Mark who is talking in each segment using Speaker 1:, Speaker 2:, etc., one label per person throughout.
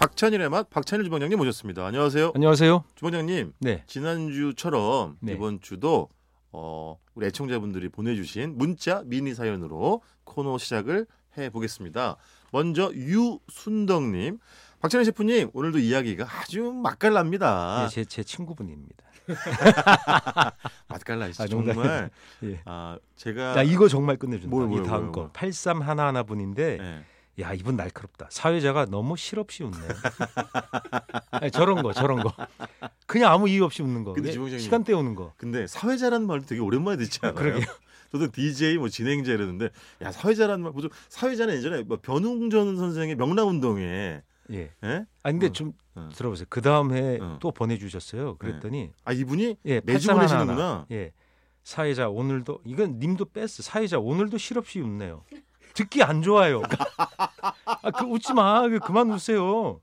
Speaker 1: 박찬일의 맛 박찬일 주방장님 모셨습니다. 안녕하세요.
Speaker 2: 안녕하세요.
Speaker 1: 주방장님
Speaker 2: 네.
Speaker 1: 지난주처럼
Speaker 2: 네.
Speaker 1: 이번 주도 어, 우리 애청자분들이 보내주신 문자 미니 사연으로 코너 시작을 해보겠습니다. 먼저 유순덕님, 박찬일 셰프님 오늘도 이야기가 아주 맛깔납니다.
Speaker 2: 예, 제, 제 친구분입니다.
Speaker 1: 맛깔나 진짜
Speaker 2: 아, 농담.
Speaker 1: 정말
Speaker 2: 예.
Speaker 1: 아, 제가
Speaker 2: 야, 이거 정말 끝내준다.
Speaker 1: 뭘, 뭘,
Speaker 2: 이 다음
Speaker 1: 뭘, 뭘.
Speaker 2: 거. 83 하나 하나 분인데
Speaker 1: 예.
Speaker 2: 야, 이분 날카롭다. 사회자가 너무 실없이 웃네. 아니, 저런 거, 저런 거. 그냥 아무 이유 없이 웃는 거.
Speaker 1: 근데
Speaker 2: 예,
Speaker 1: 지봉장님-
Speaker 2: 시간 때우는 거.
Speaker 1: 근데 사회자라는 말도 되게 오랜만에 듣지 않아요?
Speaker 2: 그러게요.
Speaker 1: 저도 DJ 뭐 진행자 이랬는데 야 사회자라는 말 보통 사회자는 예전에 뭐 변웅전 선생의 명랑운동회
Speaker 2: 예.
Speaker 1: 예?
Speaker 2: 아 근데
Speaker 1: 어,
Speaker 2: 좀
Speaker 1: 어.
Speaker 2: 들어보세요. 그 다음 해에
Speaker 1: 어.
Speaker 2: 또 보내 주셨어요. 그랬더니
Speaker 1: 아 이분이
Speaker 2: 예,
Speaker 1: 매주
Speaker 2: 83 하나
Speaker 1: 보내시는구나.
Speaker 2: 하나. 예. 사회자 오늘도 이건 님도 뺐어. 사회자 오늘도 실없이 웃네요. 듣기 안 좋아요. 아, 그 웃지 마. 그 그만 웃으세요.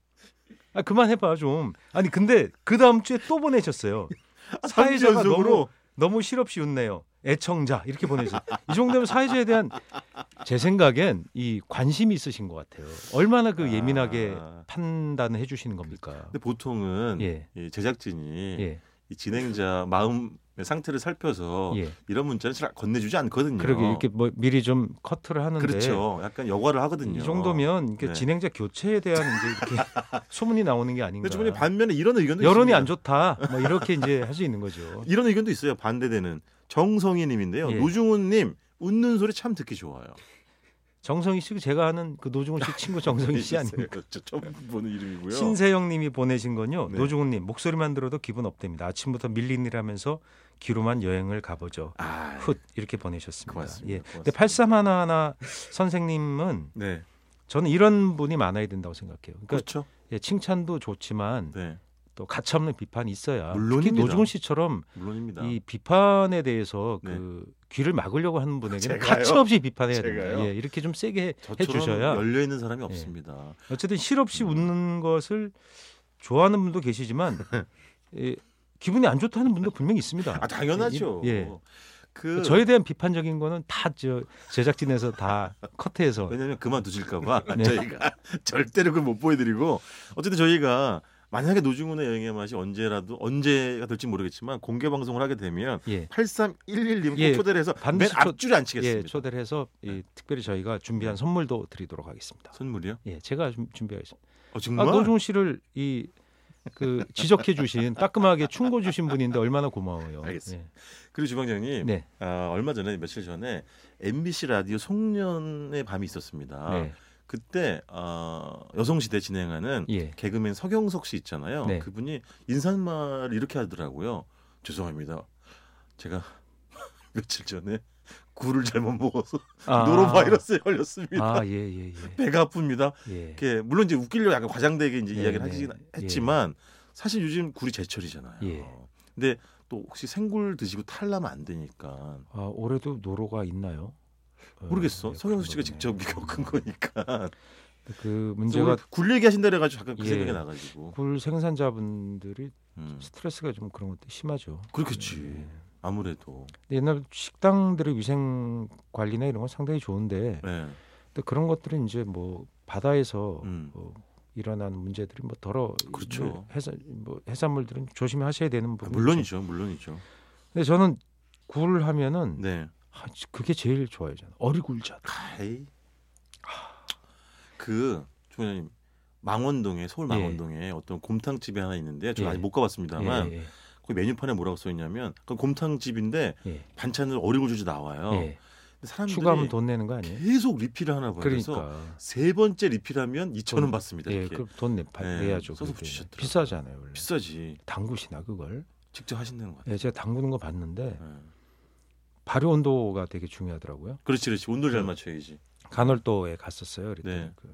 Speaker 2: 아, 그만 해봐 좀. 아니 근데 그 다음 주에 또 보내셨어요. 사회자가 너무
Speaker 1: 연속으로?
Speaker 2: 너무 실없이 웃네요. 애청자 이렇게 보내셨. 이 정도면 사회자에 대한 제 생각엔 이 관심이 있으신 것 같아요. 얼마나 그 예민하게
Speaker 1: 아.
Speaker 2: 판단을 해주시는 겁니까?
Speaker 1: 근데 보통은
Speaker 2: 예.
Speaker 1: 이 제작진이
Speaker 2: 예,
Speaker 1: 이 진행자 마음의 상태를 살펴서
Speaker 2: 예.
Speaker 1: 이런 문자는 잘 건네주지 않거든요.
Speaker 2: 그러게 이렇게 뭐 미리 좀 커트를 하는데
Speaker 1: 어, 그렇죠. 약간 여과를 하거든요.
Speaker 2: 이 정도면 이게
Speaker 1: 네.
Speaker 2: 진행자 교체에 대한 이제 이렇게 소문이 나오는 게
Speaker 1: 근데
Speaker 2: 아닌가.
Speaker 1: 주변에 반면에 이런 의견도
Speaker 2: 여론이
Speaker 1: 있습니다.
Speaker 2: 안 좋다. 뭐 이렇게 이제 할 수 있는 거죠.
Speaker 1: 이런 의견도 있어요. 반대되는 정성희님인데요.
Speaker 2: 예.
Speaker 1: 노중훈님 웃는 소리 참 듣기 좋아요.
Speaker 2: 정성희 씨 제가 아는 그 노중훈 씨 친구 정성희 씨 아니에요.
Speaker 1: 예, 저 처음 보는 이름이고요.
Speaker 2: 신세영님이 보내신 건요.
Speaker 1: 네.
Speaker 2: 노중훈님 목소리만 들어도 기분 업됩니다. 아침부터 밀린이라면서 귀로만 여행을 가보죠.
Speaker 1: 아,
Speaker 2: 훗 이렇게 보내셨습니다.
Speaker 1: 고맙습니다.
Speaker 2: 예. 근데 그러니까
Speaker 1: 고맙습니다.
Speaker 2: 8311 선생님은
Speaker 1: 네,
Speaker 2: 저는 이런 분이 많아야 된다고 생각해요. 그러니까
Speaker 1: 그렇죠.
Speaker 2: 예, 칭찬도 좋지만
Speaker 1: 네,
Speaker 2: 또 가차없는 비판이 있어야 특히
Speaker 1: 물론입니다.
Speaker 2: 노중훈 씨처럼
Speaker 1: 물론입니다.
Speaker 2: 이 비판에 대해서
Speaker 1: 네.
Speaker 2: 그 귀를 막으려고 하는 분에게는
Speaker 1: 제가요?
Speaker 2: 가차없이 비판해야
Speaker 1: 제가요?
Speaker 2: 됩니다. 예, 이렇게 좀 세게 해
Speaker 1: 저처럼
Speaker 2: 주셔야 예.
Speaker 1: 열려 있는 사람이 없습니다.
Speaker 2: 어쨌든 실없이
Speaker 1: 음.
Speaker 2: 웃는 것을 좋아하는 분도 계시지만 예, 기분이 안 좋다는 분도 분명히 있습니다.
Speaker 1: 아 당연하죠.
Speaker 2: 이- 예.
Speaker 1: 그
Speaker 2: 저에 대한 비판적인 거는 다 저 제작진에서 다 커트해서
Speaker 1: 왜냐하면 그만두실까봐
Speaker 2: 네.
Speaker 1: 저희가 절대로 그걸 못 보여드리고 어쨌든 저희가 만약에 노중훈의 여행의 맛이 언제라도 언제가 될지 모르겠지만 공개 방송을 하게 되면
Speaker 2: 예.
Speaker 1: 8311님
Speaker 2: 예,
Speaker 1: 꼭 초대를 해서 맨
Speaker 2: 반드시 초-
Speaker 1: 앞줄에 앉히겠습니다. 네.
Speaker 2: 예, 초대를 해서 이 특별히 저희가 준비한 선물도 드리도록 하겠습니다.
Speaker 1: 선물이요?
Speaker 2: 예, 제가 좀 준비하겠습니다.
Speaker 1: 어,
Speaker 2: 아,
Speaker 1: 정말?
Speaker 2: 노종 씨를 이 그 지적해 주신 따끔하게 충고 주신 분인데 얼마나 고마워요.
Speaker 1: 알겠습니다. 그리고 주방장님
Speaker 2: 예. 네.
Speaker 1: 아, 얼마 전에 며칠 전에 MBC 라디오 송년의 밤이 있었습니다.
Speaker 2: 네.
Speaker 1: 그때 어, 여성시대 진행하는
Speaker 2: 예.
Speaker 1: 개그맨 서경석 씨 있잖아요.
Speaker 2: 네.
Speaker 1: 그분이 인사말을 이렇게 하더라고요. 죄송합니다. 제가 며칠 전에 굴을 잘못 먹어서
Speaker 2: 아.
Speaker 1: 노로바이러스에 걸렸습니다.
Speaker 2: 아, 예, 예, 예.
Speaker 1: 배가 아픕니다.
Speaker 2: 예.
Speaker 1: 이렇게 물론 이제 웃기려고 약간 과장되게 이제
Speaker 2: 네,
Speaker 1: 이야기를
Speaker 2: 네.
Speaker 1: 하긴
Speaker 2: 예.
Speaker 1: 했지만 사실 요즘 굴이 제철이잖아요.
Speaker 2: 예.
Speaker 1: 근데 또 혹시 생굴 드시고 탈라면 안 되니까
Speaker 2: 아, 올해도 노로가 있나요? 어,
Speaker 1: 모르겠어.
Speaker 2: 예,
Speaker 1: 서경석 씨가
Speaker 2: 그런 거네.
Speaker 1: 직접 겪은 거니까 네.
Speaker 2: 그 문제가
Speaker 1: 제가 굴 얘기하신다 그래가지고 약간 그
Speaker 2: 예.
Speaker 1: 생각이 나가지고
Speaker 2: 굴 생산자분들이
Speaker 1: 음.
Speaker 2: 스트레스가 좀 그런 것도 심하죠. 네. 예.
Speaker 1: 그렇겠지 아무래도
Speaker 2: 근데 옛날 식당들의 위생 관리나 이런 건 상당히 좋은데
Speaker 1: 네.
Speaker 2: 근데 그런 것들은 이제 뭐 바다에서
Speaker 1: 음.
Speaker 2: 뭐 일어나는 문제들이 뭐 더러
Speaker 1: 그렇죠.
Speaker 2: 해사 뭐 해산물들은 조심히 하셔야 되는
Speaker 1: 아,
Speaker 2: 부분
Speaker 1: 물론이죠 물론이죠
Speaker 2: 근데 저는 굴 하면은
Speaker 1: 네
Speaker 2: 아, 지- 그게 제일 좋아요 저는 어리굴젓.
Speaker 1: 가이 그 조원님 망원동에 서울
Speaker 2: 예.
Speaker 1: 망원동에 어떤 곰탕집이 하나 있는데 저는
Speaker 2: 예.
Speaker 1: 아직 못 가봤습니다만
Speaker 2: 예,
Speaker 1: 거기 메뉴판에 뭐라고 써 있냐면 그 곰탕집인데
Speaker 2: 예, 예,
Speaker 1: 반찬을 어리굴젓이 나와요
Speaker 2: 예.
Speaker 1: 근데 사람들이
Speaker 2: 추가하면 돈 내는 거 아니에요?
Speaker 1: 계속 리필을 하나 봐요 그래서
Speaker 2: 그러니까
Speaker 1: 세 번째 리필하면 2천 원
Speaker 2: 돈-
Speaker 1: 받습니다
Speaker 2: 예,
Speaker 1: 이렇게
Speaker 2: 그럼 돈 내, 바,
Speaker 1: 예,
Speaker 2: 내야죠.
Speaker 1: 써서
Speaker 2: 그게.
Speaker 1: 붙이셨더라고요.
Speaker 2: 비싸잖아요 원래.
Speaker 1: 비싸지
Speaker 2: 당구시나 그걸.
Speaker 1: 직접 하신다는 것 같아요
Speaker 2: 예, 제가 당구는 거 봤는데
Speaker 1: 예.
Speaker 2: 발효 온도가 되게 중요하더라고요.
Speaker 1: 그렇지 그렇지
Speaker 2: 예.
Speaker 1: 온도를 잘 맞춰야지
Speaker 2: 간월도에 갔었어요. 그랬더니
Speaker 1: 네.
Speaker 2: 그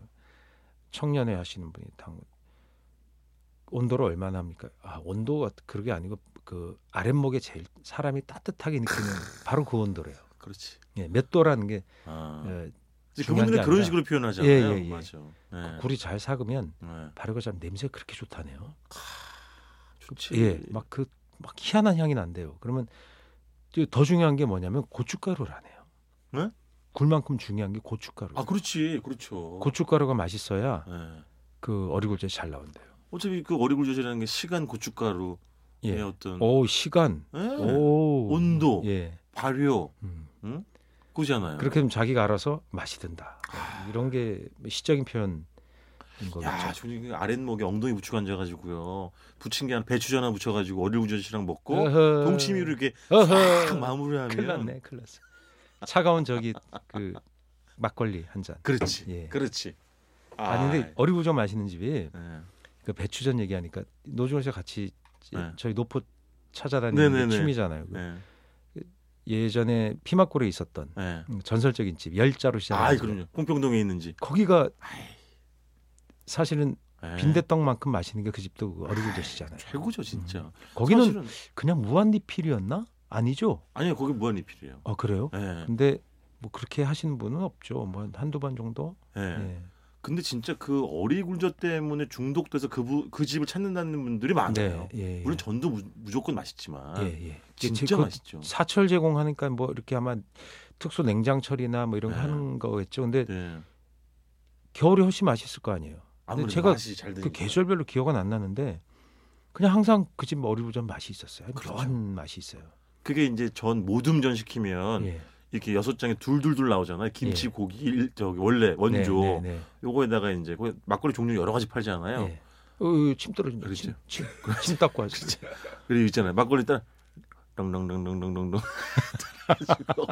Speaker 2: 청년회 하시는 분이 당구 온도를 얼마나 합니까? 아 온도가 그게 아니고 그 아랫목에 제일 사람이 따뜻하게 느끼는 바로 그 온도래요.
Speaker 1: 그렇지
Speaker 2: 예, 몇 도라는 게
Speaker 1: 아.
Speaker 2: 예,
Speaker 1: 이제
Speaker 2: 중요한 게
Speaker 1: 그분들은 그런
Speaker 2: 아니라-
Speaker 1: 식으로 표현하잖아요.
Speaker 2: 예, 예, 예.
Speaker 1: 맞아. 네.
Speaker 2: 굴이 잘 삭으면
Speaker 1: 네.
Speaker 2: 발효가 잘 냄새 가 그렇게 좋다네요.
Speaker 1: 좋지.
Speaker 2: 예, 막 그 막 희한한 향이 난대요. 그러면 이제 더 중요한 게 뭐냐면 고춧가루라네요.
Speaker 1: 네? 그
Speaker 2: 굴만큼 중요한 게 고춧가루.
Speaker 1: 아 그렇지, 그렇죠.
Speaker 2: 고춧가루가 맛있어야
Speaker 1: 예.
Speaker 2: 그 어리굴젓이 잘 나온대요.
Speaker 1: 어차피 그 어리굴젓이라는 게 시간, 고춧가루의
Speaker 2: 예. 어.
Speaker 1: 어떤
Speaker 2: 오 시간.
Speaker 1: 예,
Speaker 2: 오
Speaker 1: 온도.
Speaker 2: 예.
Speaker 1: 발효
Speaker 2: 음.
Speaker 1: 그거잖아요.
Speaker 2: 그렇게 되면 자기가 알아서 맛이 든다. 이런 게 시적인 표현인 거겠죠.
Speaker 1: 아. 야, 저이 아랫목에 엉덩이 붙이고 앉아가지고요. 붙인 게 아니라 배추 전화 붙여가지고 어리굴젓이랑 먹고
Speaker 2: 어허.
Speaker 1: 동치미로 이렇게
Speaker 2: 어허.
Speaker 1: 싹 마무리하면
Speaker 2: 큰일 났네, 큰일 났어. 차가운 저기 그 막걸리 한 잔.
Speaker 1: 그렇지,
Speaker 2: 예.
Speaker 1: 그렇지. 아,
Speaker 2: 아, 근데 어리구전 마시는 집이
Speaker 1: 예.
Speaker 2: 그 배추전 얘기하니까 노중원 씨가 같이
Speaker 1: 네.
Speaker 2: 저희 노포 찾아다니는 게
Speaker 1: 네네네.
Speaker 2: 취미잖아요. 그
Speaker 1: 예,
Speaker 2: 예전에 피막골에 있었던
Speaker 1: 예.
Speaker 2: 음, 전설적인 집 열자로
Speaker 1: 아,
Speaker 2: 시작한 집.
Speaker 1: 그럼요. 공평동에 있는지
Speaker 2: 거기가 사실은
Speaker 1: 예.
Speaker 2: 빈대떡만큼 맛있는 게 그 집도 그 어리구젓이잖아요.
Speaker 1: 최고죠, 진짜.
Speaker 2: 음. 거기는
Speaker 1: 사실은
Speaker 2: 그냥 무한리필이었나? 아니죠?
Speaker 1: 아니요, 거기 무한리필이에요.
Speaker 2: 아 그래요?
Speaker 1: 예,
Speaker 2: 근데 뭐 그렇게 하시는 분은 없죠. 뭐 한두 번 정도.
Speaker 1: 예.
Speaker 2: 예.
Speaker 1: 근데 진짜 그 어리굴젓 때문에 중독돼서 그, 부, 그 집을 찾는다는 분들이 많아요.
Speaker 2: 네, 예, 예.
Speaker 1: 물론 전도 무, 무조건 맛있지만
Speaker 2: 예, 예.
Speaker 1: 진짜
Speaker 2: 그
Speaker 1: 맛있죠.
Speaker 2: 사철 제공하니까 뭐 이렇게 아마 특수 냉장철이나 뭐 이런 거
Speaker 1: 네.
Speaker 2: 하는 거겠죠. 근데
Speaker 1: 네.
Speaker 2: 겨울이 훨씬 맛있을 거 아니에요.
Speaker 1: 아무래도
Speaker 2: 제가
Speaker 1: 맛이 잘
Speaker 2: 그
Speaker 1: 드니까.
Speaker 2: 계절별로 기억은 안 나는데 그냥 항상 그 집 어리부전 맛이 있었어요.
Speaker 1: 그렇죠.
Speaker 2: 그런 맛이 있어요.
Speaker 1: 그게 이제 전 모듬전 시키면
Speaker 2: 예.
Speaker 1: 이렇게 여섯 장에 둘둘둘 나오잖아요. 김치,
Speaker 2: 예.
Speaker 1: 고기, 일- 저기 원래 원조.
Speaker 2: 네, 네, 네.
Speaker 1: 요거에다가 이제 거기 막걸리 종류 여러 가지 팔잖아요.
Speaker 2: 예. 어, 침 떨어진다.
Speaker 1: 그렇죠.
Speaker 2: 침, 침, 침 닦고 하죠.
Speaker 1: 그리고 있잖아요. 막걸리 따라 렁렁렁렁렁렁렁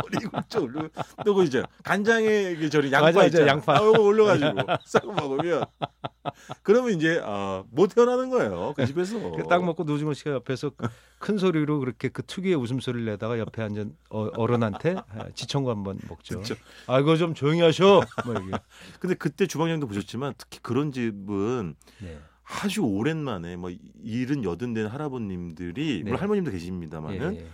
Speaker 1: 어리굴쩍 올려. 또그 이제 간장에 이게 저리 양파
Speaker 2: 맞아, 맞아,
Speaker 1: 있잖아.
Speaker 2: 양파.
Speaker 1: 아, 요거 올려가지고 싸고 먹으면 그러면 이제 아, 못 태어나는 거예요. 그 집에서.
Speaker 2: 딱 먹고 노중훈 씨가 옆에서 큰 소리로 그렇게 그 특유의 웃음소리를 내다가 옆에 앉은 어, 어른한테 아, 지청구 한번 먹죠.
Speaker 1: 그렇죠.
Speaker 2: 아, 이거 좀 조용히 하셔. 뭐 이게.
Speaker 1: 근데 그때 주방장도 보셨지만 특히 그런 집은
Speaker 2: 네.
Speaker 1: 아주 오랜만에 뭐 일은 여든 된 할아버님들이
Speaker 2: 네.
Speaker 1: 물론 할머님도 계십니다만은
Speaker 2: 예, 예.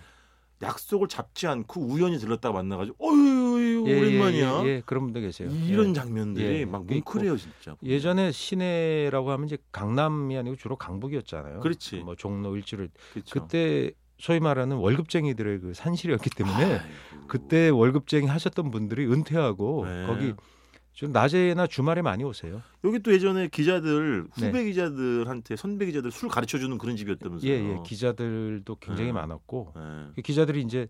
Speaker 1: 약속을 잡지 않고 우연히 들렀다가 만나가지고 어유
Speaker 2: 예,
Speaker 1: 오랜만이야
Speaker 2: 예, 예, 그런 분들 계세요.
Speaker 1: 이런 장면들이
Speaker 2: 예.
Speaker 1: 막 뭉클해요 진짜
Speaker 2: 예. 전에 시내라고 하면 이제 강남이 아니고 주로 강북이었잖아요.
Speaker 1: 그렇지.
Speaker 2: 뭐 종로 일주를
Speaker 1: 그쵸?
Speaker 2: 그때 소위 말하는 월급쟁이들의 그 산실이었기 때문에
Speaker 1: 아이고.
Speaker 2: 그때 월급쟁이 하셨던 분들이 은퇴하고
Speaker 1: 네.
Speaker 2: 거기 좀 낮에나 주말에 많이 오세요.
Speaker 1: 여기 또 예전에 기자들 후배
Speaker 2: 네.
Speaker 1: 기자들한테 선배 기자들 술 가르쳐 주는 그런 집이었다면서요
Speaker 2: 예, 예. 기자들도 굉장히
Speaker 1: 네.
Speaker 2: 많았고
Speaker 1: 예.
Speaker 2: 그 기자들이 이제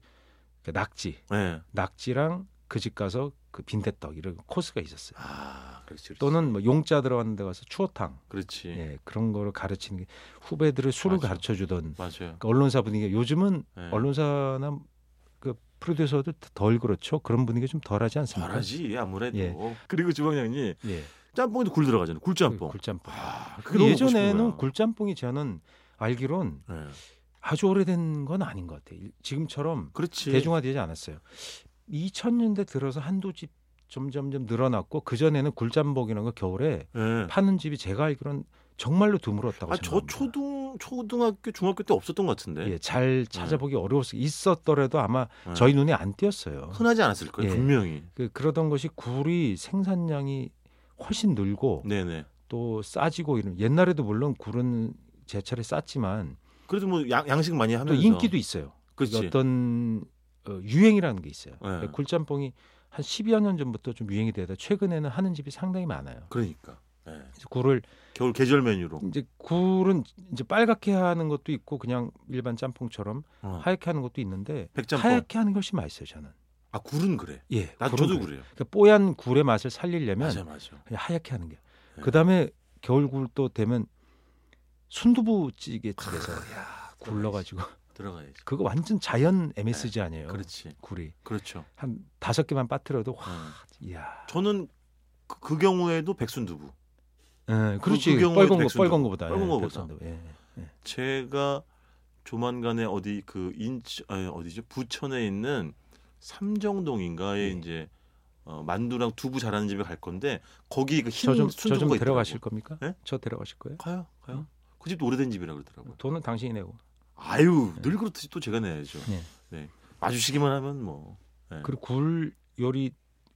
Speaker 2: 그 낙지,
Speaker 1: 예.
Speaker 2: 낙지랑 그 집 가서 그 빈대떡 이런 코스가 있었어요.
Speaker 1: 아 그렇지 그렇지
Speaker 2: 또는 뭐 용자 들어가는 데 가서 추어탕
Speaker 1: 그렇지
Speaker 2: 예, 그런 거를 가르치는 게 후배들의 술을
Speaker 1: 맞아.
Speaker 2: 가르쳐 주던
Speaker 1: 맞아요
Speaker 2: 언론사 분위기 요즘은
Speaker 1: 예.
Speaker 2: 그 언론사나 그 프로듀서도 덜 그렇죠. 그런 분위기 좀 덜하지 않습니까?
Speaker 1: 잘하지 아무래도
Speaker 2: 예.
Speaker 1: 그리고 주방장님
Speaker 2: 예.
Speaker 1: 짬뽕에도 굴 들어가잖아요 굴짬뽕
Speaker 2: 굴짬뽕.
Speaker 1: 아, 그게
Speaker 2: 그
Speaker 1: 너무
Speaker 2: 예전에는
Speaker 1: 먹고
Speaker 2: 굴짬뽕이 저는 알기론
Speaker 1: 싶은 거야. 예.
Speaker 2: 아주 오래된 건 아닌 것 같아요. 지금처럼
Speaker 1: 그렇지
Speaker 2: 대중화되지 않았어요. 2000년대 들어서 한두 집 점점점 늘어났고 그 전에는 굴짬뽕이라는 거 겨울에
Speaker 1: 예.
Speaker 2: 파는 집이 제가 알기론 정말로 드물었다고
Speaker 1: 아, 저 네.
Speaker 2: 생각합니다.
Speaker 1: 초등 초등학교 중학교 때 없었던 것 같은데
Speaker 2: 예, 잘 찾아보기 어려웠어요. 있었더라도 아마
Speaker 1: 예.
Speaker 2: 저희 눈에 안 띄었어요.
Speaker 1: 흔하지 않았을 거예요
Speaker 2: 예.
Speaker 1: 분명히
Speaker 2: 그, 그러던 것이 굴이 생산량이 훨씬 늘고
Speaker 1: 네네
Speaker 2: 또 싸지고 이런 옛날에도 물론 굴은 제철에 쌌지만
Speaker 1: 그래도 뭐 양, 양식 많이 하면서
Speaker 2: 또 인기도 있어요.
Speaker 1: 그렇지
Speaker 2: 어떤 어, 유행이라는 게 있어요. 그
Speaker 1: 예.
Speaker 2: 굴짬뽕이 한 10여 년 전부터 좀 유행이 되다 최근에는 하는 집이 상당히 많아요.
Speaker 1: 그러니까 예.
Speaker 2: 그래서 굴을
Speaker 1: 겨울 계절 메뉴로
Speaker 2: 이제 굴은 이제 빨갛게 하는 것도 있고 그냥 일반 짬뽕처럼
Speaker 1: 어.
Speaker 2: 하얗게 하는 것도 있는데
Speaker 1: 백짬뽕
Speaker 2: 하얗게 하는 게 훨씬 맛있어요, 저는.
Speaker 1: 아 굴은 그래
Speaker 2: 예.
Speaker 1: 나
Speaker 2: 굴은
Speaker 1: 저도
Speaker 2: 그래요.
Speaker 1: 그래요
Speaker 2: 그러니까 뽀얀 굴의 맛을 살리려면
Speaker 1: 맞아 맞아
Speaker 2: 그냥 하얗게 하는 게.
Speaker 1: 예.
Speaker 2: 그다음에 겨울굴 또 되면 순두부찌개 집에서
Speaker 1: 야
Speaker 2: 굴러가지고
Speaker 1: 들어가야지 예,
Speaker 2: 그거 완전 자연 MSG 아니에요.
Speaker 1: 그렇지
Speaker 2: 굴이
Speaker 1: 그렇죠
Speaker 2: 한 다섯 개만 빠뜨려도 확
Speaker 1: 음.
Speaker 2: 이야.
Speaker 1: 저는 그, 그 경우에도 백순두부
Speaker 2: 예, 그렇지.
Speaker 1: 그 경우에도
Speaker 2: 빨간 거
Speaker 1: 백순두부.
Speaker 2: 빨간 거보다.
Speaker 1: 빨간 거보다.
Speaker 2: 백순두부, 예.
Speaker 1: 제가 조만간에 어디 그 인천 아니 어디죠 부천에 있는 삼정동인가에
Speaker 2: 예.
Speaker 1: 이제 어, 만두랑 두부 잘하는 집에 갈 건데 거기 그흰
Speaker 2: 저좀
Speaker 1: 순두부가
Speaker 2: 저 좀
Speaker 1: 있더라고.
Speaker 2: 데려가실 겁니까?
Speaker 1: 예?
Speaker 2: 저 데려가실 거예요?
Speaker 1: 가요 가요
Speaker 2: 응?
Speaker 1: 그 집도 오래된 집이라 그러더라고요
Speaker 2: 돈은 당신이 내고.
Speaker 1: 아유
Speaker 2: 네.
Speaker 1: 늘 그렇듯이 또 제가 내야죠
Speaker 2: 예.
Speaker 1: 네 와주시기만 하면 뭐 예.
Speaker 2: 그리고 굴 요리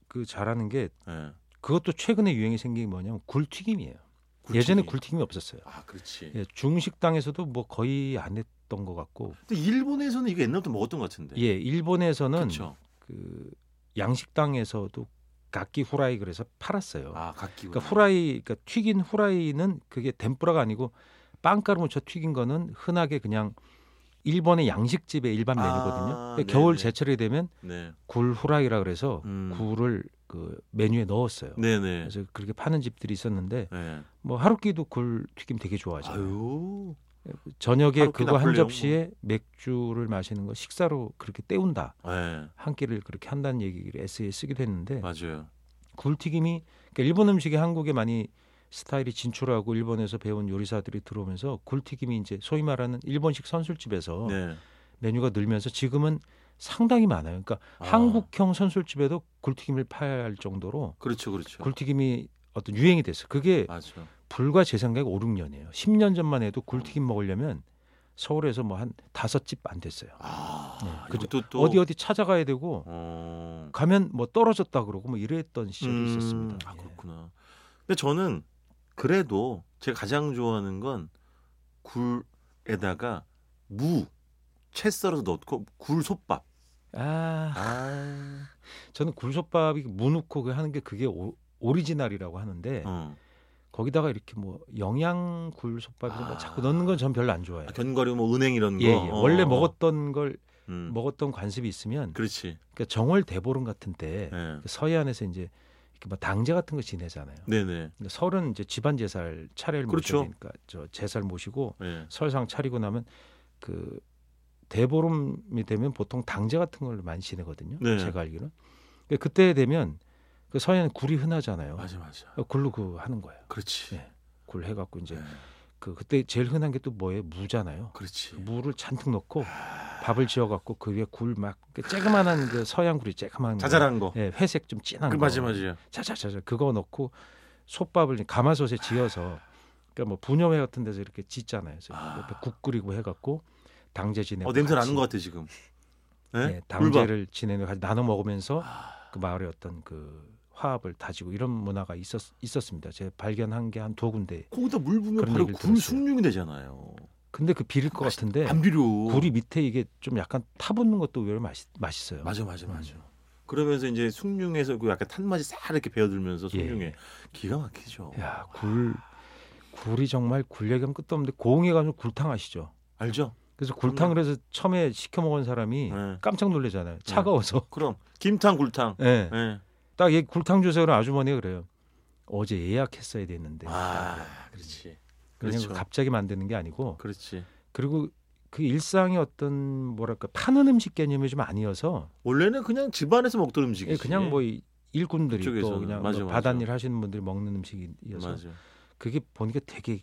Speaker 2: 그 잘하는 게
Speaker 1: 예.
Speaker 2: 그것도 최근에 유행이 생긴 게 뭐냐면 굴튀김이에요.
Speaker 1: 굴튀김.
Speaker 2: 예전에 굴튀김이 없었어요.
Speaker 1: 아 그렇지
Speaker 2: 예, 중식당에서도 뭐 거의 안 했던 것 같고
Speaker 1: 근데 일본에서는 네. 이거 옛날부터 먹었던 것 같은데
Speaker 2: 예 일본에서는
Speaker 1: 그렇죠
Speaker 2: 그 양식당에서도 각기 후라이 그래서 팔았어요.
Speaker 1: 아 각기.
Speaker 2: 그러니까 후라이 그러니까 튀긴 후라이는 그게 덴뿌라가 아니고 빵가루 묻혀 튀긴 거는 흔하게 그냥 일본의 양식집의 일반
Speaker 1: 아,
Speaker 2: 메뉴거든요. 근데
Speaker 1: 네네.
Speaker 2: 겨울 제철이 되면
Speaker 1: 네.
Speaker 2: 굴 후라이라 그래서
Speaker 1: 음.
Speaker 2: 굴을 그 메뉴에 넣었어요.
Speaker 1: 네네.
Speaker 2: 그래서 그렇게 파는 집들이 있었는데
Speaker 1: 네.
Speaker 2: 뭐 하루끼도 굴 튀김 되게 좋아하죠.
Speaker 1: 아유.
Speaker 2: 저녁에
Speaker 1: 하루끼
Speaker 2: 그거 한
Speaker 1: 나폴레옹 뭐.
Speaker 2: 접시에 맥주를 마시는 거 식사로 그렇게 때운다.
Speaker 1: 네.
Speaker 2: 한 끼를 그렇게 한다는 얘기를 에세이에 쓰기도 했는데
Speaker 1: 맞아요.
Speaker 2: 굴튀김이 그러니까 일본 음식이 한국에 많이 스타일이 진출하고 일본에서 배운 요리사들이 들어오면서 굴튀김이 이제 소위 말하는 일본식 선술집에서
Speaker 1: 네.
Speaker 2: 메뉴가 늘면서 지금은 상당히 많아요. 그러니까
Speaker 1: 아.
Speaker 2: 한국형 선술집에도 굴튀김을 팔 정도로
Speaker 1: 그렇죠, 그렇죠.
Speaker 2: 굴튀김이 어떤 유행이 됐어요. 그게
Speaker 1: 맞아.
Speaker 2: 불과 제 생각에 5, 6년이에요. 10년 전만 해도 굴튀김
Speaker 1: 음.
Speaker 2: 먹으려면 서울에서 뭐 한 다섯 집 안 됐어요.
Speaker 1: 아.
Speaker 2: 네, 그죠.
Speaker 1: 이것도 또
Speaker 2: 어디 어디 찾아가야 되고
Speaker 1: 어.
Speaker 2: 가면 뭐 떨어졌다 그러고 뭐 이랬던 시절이 있었습니다.
Speaker 1: 아
Speaker 2: 예.
Speaker 1: 그렇구나. 근데 저는 그래도 제가 가장 좋아하는 건 굴에다가 무채 썰어서 넣고 굴솥밥.
Speaker 2: 아,
Speaker 1: 아.
Speaker 2: 저는 굴솥밥이 무 넣고 그 하는 게 그게 오, 리지널이라고 하는데
Speaker 1: 어.
Speaker 2: 거기다가 이렇게 뭐 영양 굴솥밥이
Speaker 1: 아.
Speaker 2: 자꾸 넣는 건 전 별로 안 좋아해요.
Speaker 1: 아, 견과류 뭐 은행 이런 거.
Speaker 2: 예, 예.
Speaker 1: 어,
Speaker 2: 원래
Speaker 1: 어.
Speaker 2: 먹었던 걸
Speaker 1: 음.
Speaker 2: 먹었던 관습이 있으면
Speaker 1: 그렇지.
Speaker 2: 그러니까 정월 대보름 같은 때그
Speaker 1: 네.
Speaker 2: 서해안에서 이제 이렇게 막 당제 같은 거 지내잖아요.
Speaker 1: 네네.
Speaker 2: 근데 설은 이제 집안 제사를 차례를
Speaker 1: 그렇죠.
Speaker 2: 모셔야 되니까 저 제사를 모시고
Speaker 1: 예.
Speaker 2: 설상 차리고 나면 그 대보름이 되면 보통 당제 같은 걸 많이 지내거든요.
Speaker 1: 네.
Speaker 2: 제가 알기로는. 근데 그때 되면 그 서해는 굴이 흔하잖아요.
Speaker 1: 맞아 맞아.
Speaker 2: 어, 굴로 그 하는 거예요.
Speaker 1: 그렇지.
Speaker 2: 네. 굴 해갖고 이제
Speaker 1: 예.
Speaker 2: 그 그때 제일 흔한 게 또 뭐예요? 무잖아요.
Speaker 1: 그렇지.
Speaker 2: 그 무를 잔뜩 넣고
Speaker 1: 아.
Speaker 2: 밥을 지어갖고 그 위에 굴막 쬐그만한 그 서양 굴이 쬐그만
Speaker 1: 자잘한 거.
Speaker 2: 예, 회색 좀 진한
Speaker 1: 그
Speaker 2: 거. 예,
Speaker 1: 맞아 맞아.
Speaker 2: 자자자자 그거 넣고 솥밥을 이제 가마솥에 지어서 그러니까 뭐 분녀회 같은 데서 이렇게 짓잖아요. 그래서
Speaker 1: 아.
Speaker 2: 옆에 국 끓이고 해갖고 당제 지내고
Speaker 1: 어 냄새
Speaker 2: 같이,
Speaker 1: 나는 것 같아 지금. 예?
Speaker 2: 예,
Speaker 1: 굴밥.
Speaker 2: 당제를 지내고 같이 나눠 먹으면서
Speaker 1: 아.
Speaker 2: 그 마을의 어떤 그 화합을 다지고 이런 문화가 있었 있었습니다. 제가 발견한 게 한 두 군데.
Speaker 1: 거기다 물 부으면
Speaker 2: 그런
Speaker 1: 바로
Speaker 2: 얘기를
Speaker 1: 굴
Speaker 2: 들었어요.
Speaker 1: 숭늉이 되잖아요.
Speaker 2: 근데 그 비릴 것 같은데
Speaker 1: 안 비려.
Speaker 2: 굴이 밑에 이게 좀 약간 타붙는 것도 의외로 맛있, 맛있어요.
Speaker 1: 맞아 맞아
Speaker 2: 음.
Speaker 1: 맞아. 그러면서 이제 숭늉에서 그 약간 탄 맛이 싹 이렇게 배어들면서
Speaker 2: 예.
Speaker 1: 숭늉에 기가 막히죠.
Speaker 2: 야, 굴 굴이 정말 굴 얘기하면 끝도 없는데 고흥에 가면 굴탕 아시죠?
Speaker 1: 알죠?
Speaker 2: 그래서 굴탕을 해서 처음에 시켜 먹은 사람이
Speaker 1: 예.
Speaker 2: 깜짝 놀래잖아요. 차가워서.
Speaker 1: 그럼 김탕 굴탕.
Speaker 2: 예.
Speaker 1: 예.
Speaker 2: 딱 얘 굴탕 주세요. 그럼 아주머니가 그래요. 어제 예약했어야 예. 됐는데.
Speaker 1: 아 그렇지.
Speaker 2: 그냥
Speaker 1: 그렇죠.
Speaker 2: 갑자기 만드는 게 아니고.
Speaker 1: 그렇지.
Speaker 2: 그리고 그 일상의 어떤 뭐랄까 파는 음식 개념이 좀 아니어서
Speaker 1: 원래는 그냥 집안에서 먹던
Speaker 2: 예,
Speaker 1: 음식이지.
Speaker 2: 그냥 뭐 이- 일꾼들이 또
Speaker 1: 그쪽에서는.
Speaker 2: 그냥
Speaker 1: 맞아,
Speaker 2: 뭐
Speaker 1: 맞아.
Speaker 2: 바닷일 하시는 분들이 먹는 음식이어서
Speaker 1: 맞아.
Speaker 2: 그게 보니까 되게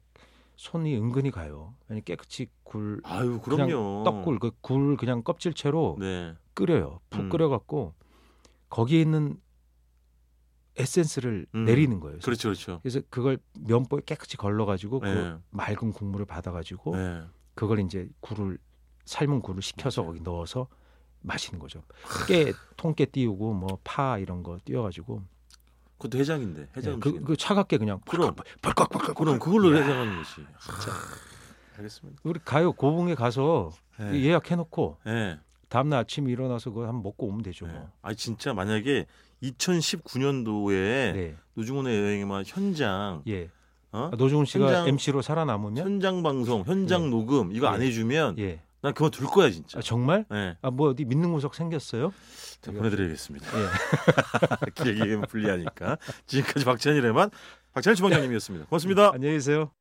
Speaker 2: 손이 은근히 가요. 아니 깨끗이 굴
Speaker 1: 아유
Speaker 2: 그냥
Speaker 1: 그럼요.
Speaker 2: 떡굴 그 굴 그냥 껍질채로
Speaker 1: 네.
Speaker 2: 끓여요. 푹
Speaker 1: 음.
Speaker 2: 끓여갖고 거기에 있는 에센스를
Speaker 1: 음.
Speaker 2: 내리는 거예요. 그래서,
Speaker 1: 그렇죠 그렇죠.
Speaker 2: 그걸 면보에 깨끗이 걸러가지고 그
Speaker 1: 네.
Speaker 2: 맑은 국물을 받아가지고
Speaker 1: 네.
Speaker 2: 그걸 이제 굴을 삶은 굴을 식혀서 거기 넣어서 마시는 거죠. 깨 통깨 띄우고 뭐 파 이런 거 띄워가지고
Speaker 1: 그것도 해장인데 해장
Speaker 2: 예,
Speaker 1: 음식.
Speaker 2: 그, 아, 예. 그 차갑게 그냥
Speaker 1: 그럼.
Speaker 2: 벌컥벌컥
Speaker 1: 그럼 그걸로 해장하는 것이. 알겠습니다.
Speaker 2: 우리 가요 고흥에 가서
Speaker 1: 예.
Speaker 2: 예약해놓고
Speaker 1: 예.
Speaker 2: 다음날 아침에 일어나서 그거 한번 먹고 오면 되죠.
Speaker 1: 예.
Speaker 2: 뭐.
Speaker 1: 아 진짜 만약에 2019년도에
Speaker 2: 네.
Speaker 1: 노중훈의 여행에만 현장
Speaker 2: 예.
Speaker 1: 어?
Speaker 2: 아, 노중훈 씨가
Speaker 1: 현장-
Speaker 2: MC로 살아남으면
Speaker 1: 현장 방송 현장
Speaker 2: 예.
Speaker 1: 녹음 이거
Speaker 2: 예.
Speaker 1: 안 해주면
Speaker 2: 예.
Speaker 1: 난 그만 둘 거야 진짜.
Speaker 2: 아, 정말?
Speaker 1: 예,
Speaker 2: 아, 뭐 어디 믿는 구석 생겼어요?
Speaker 1: 자, 보내드리겠습니다.
Speaker 2: 예.
Speaker 1: 길게 얘기하면 불리하니까 지금까지 박찬일의 맛 박찬일 주방장님이었습니다. 고맙습니다.
Speaker 2: 안녕히 계세요.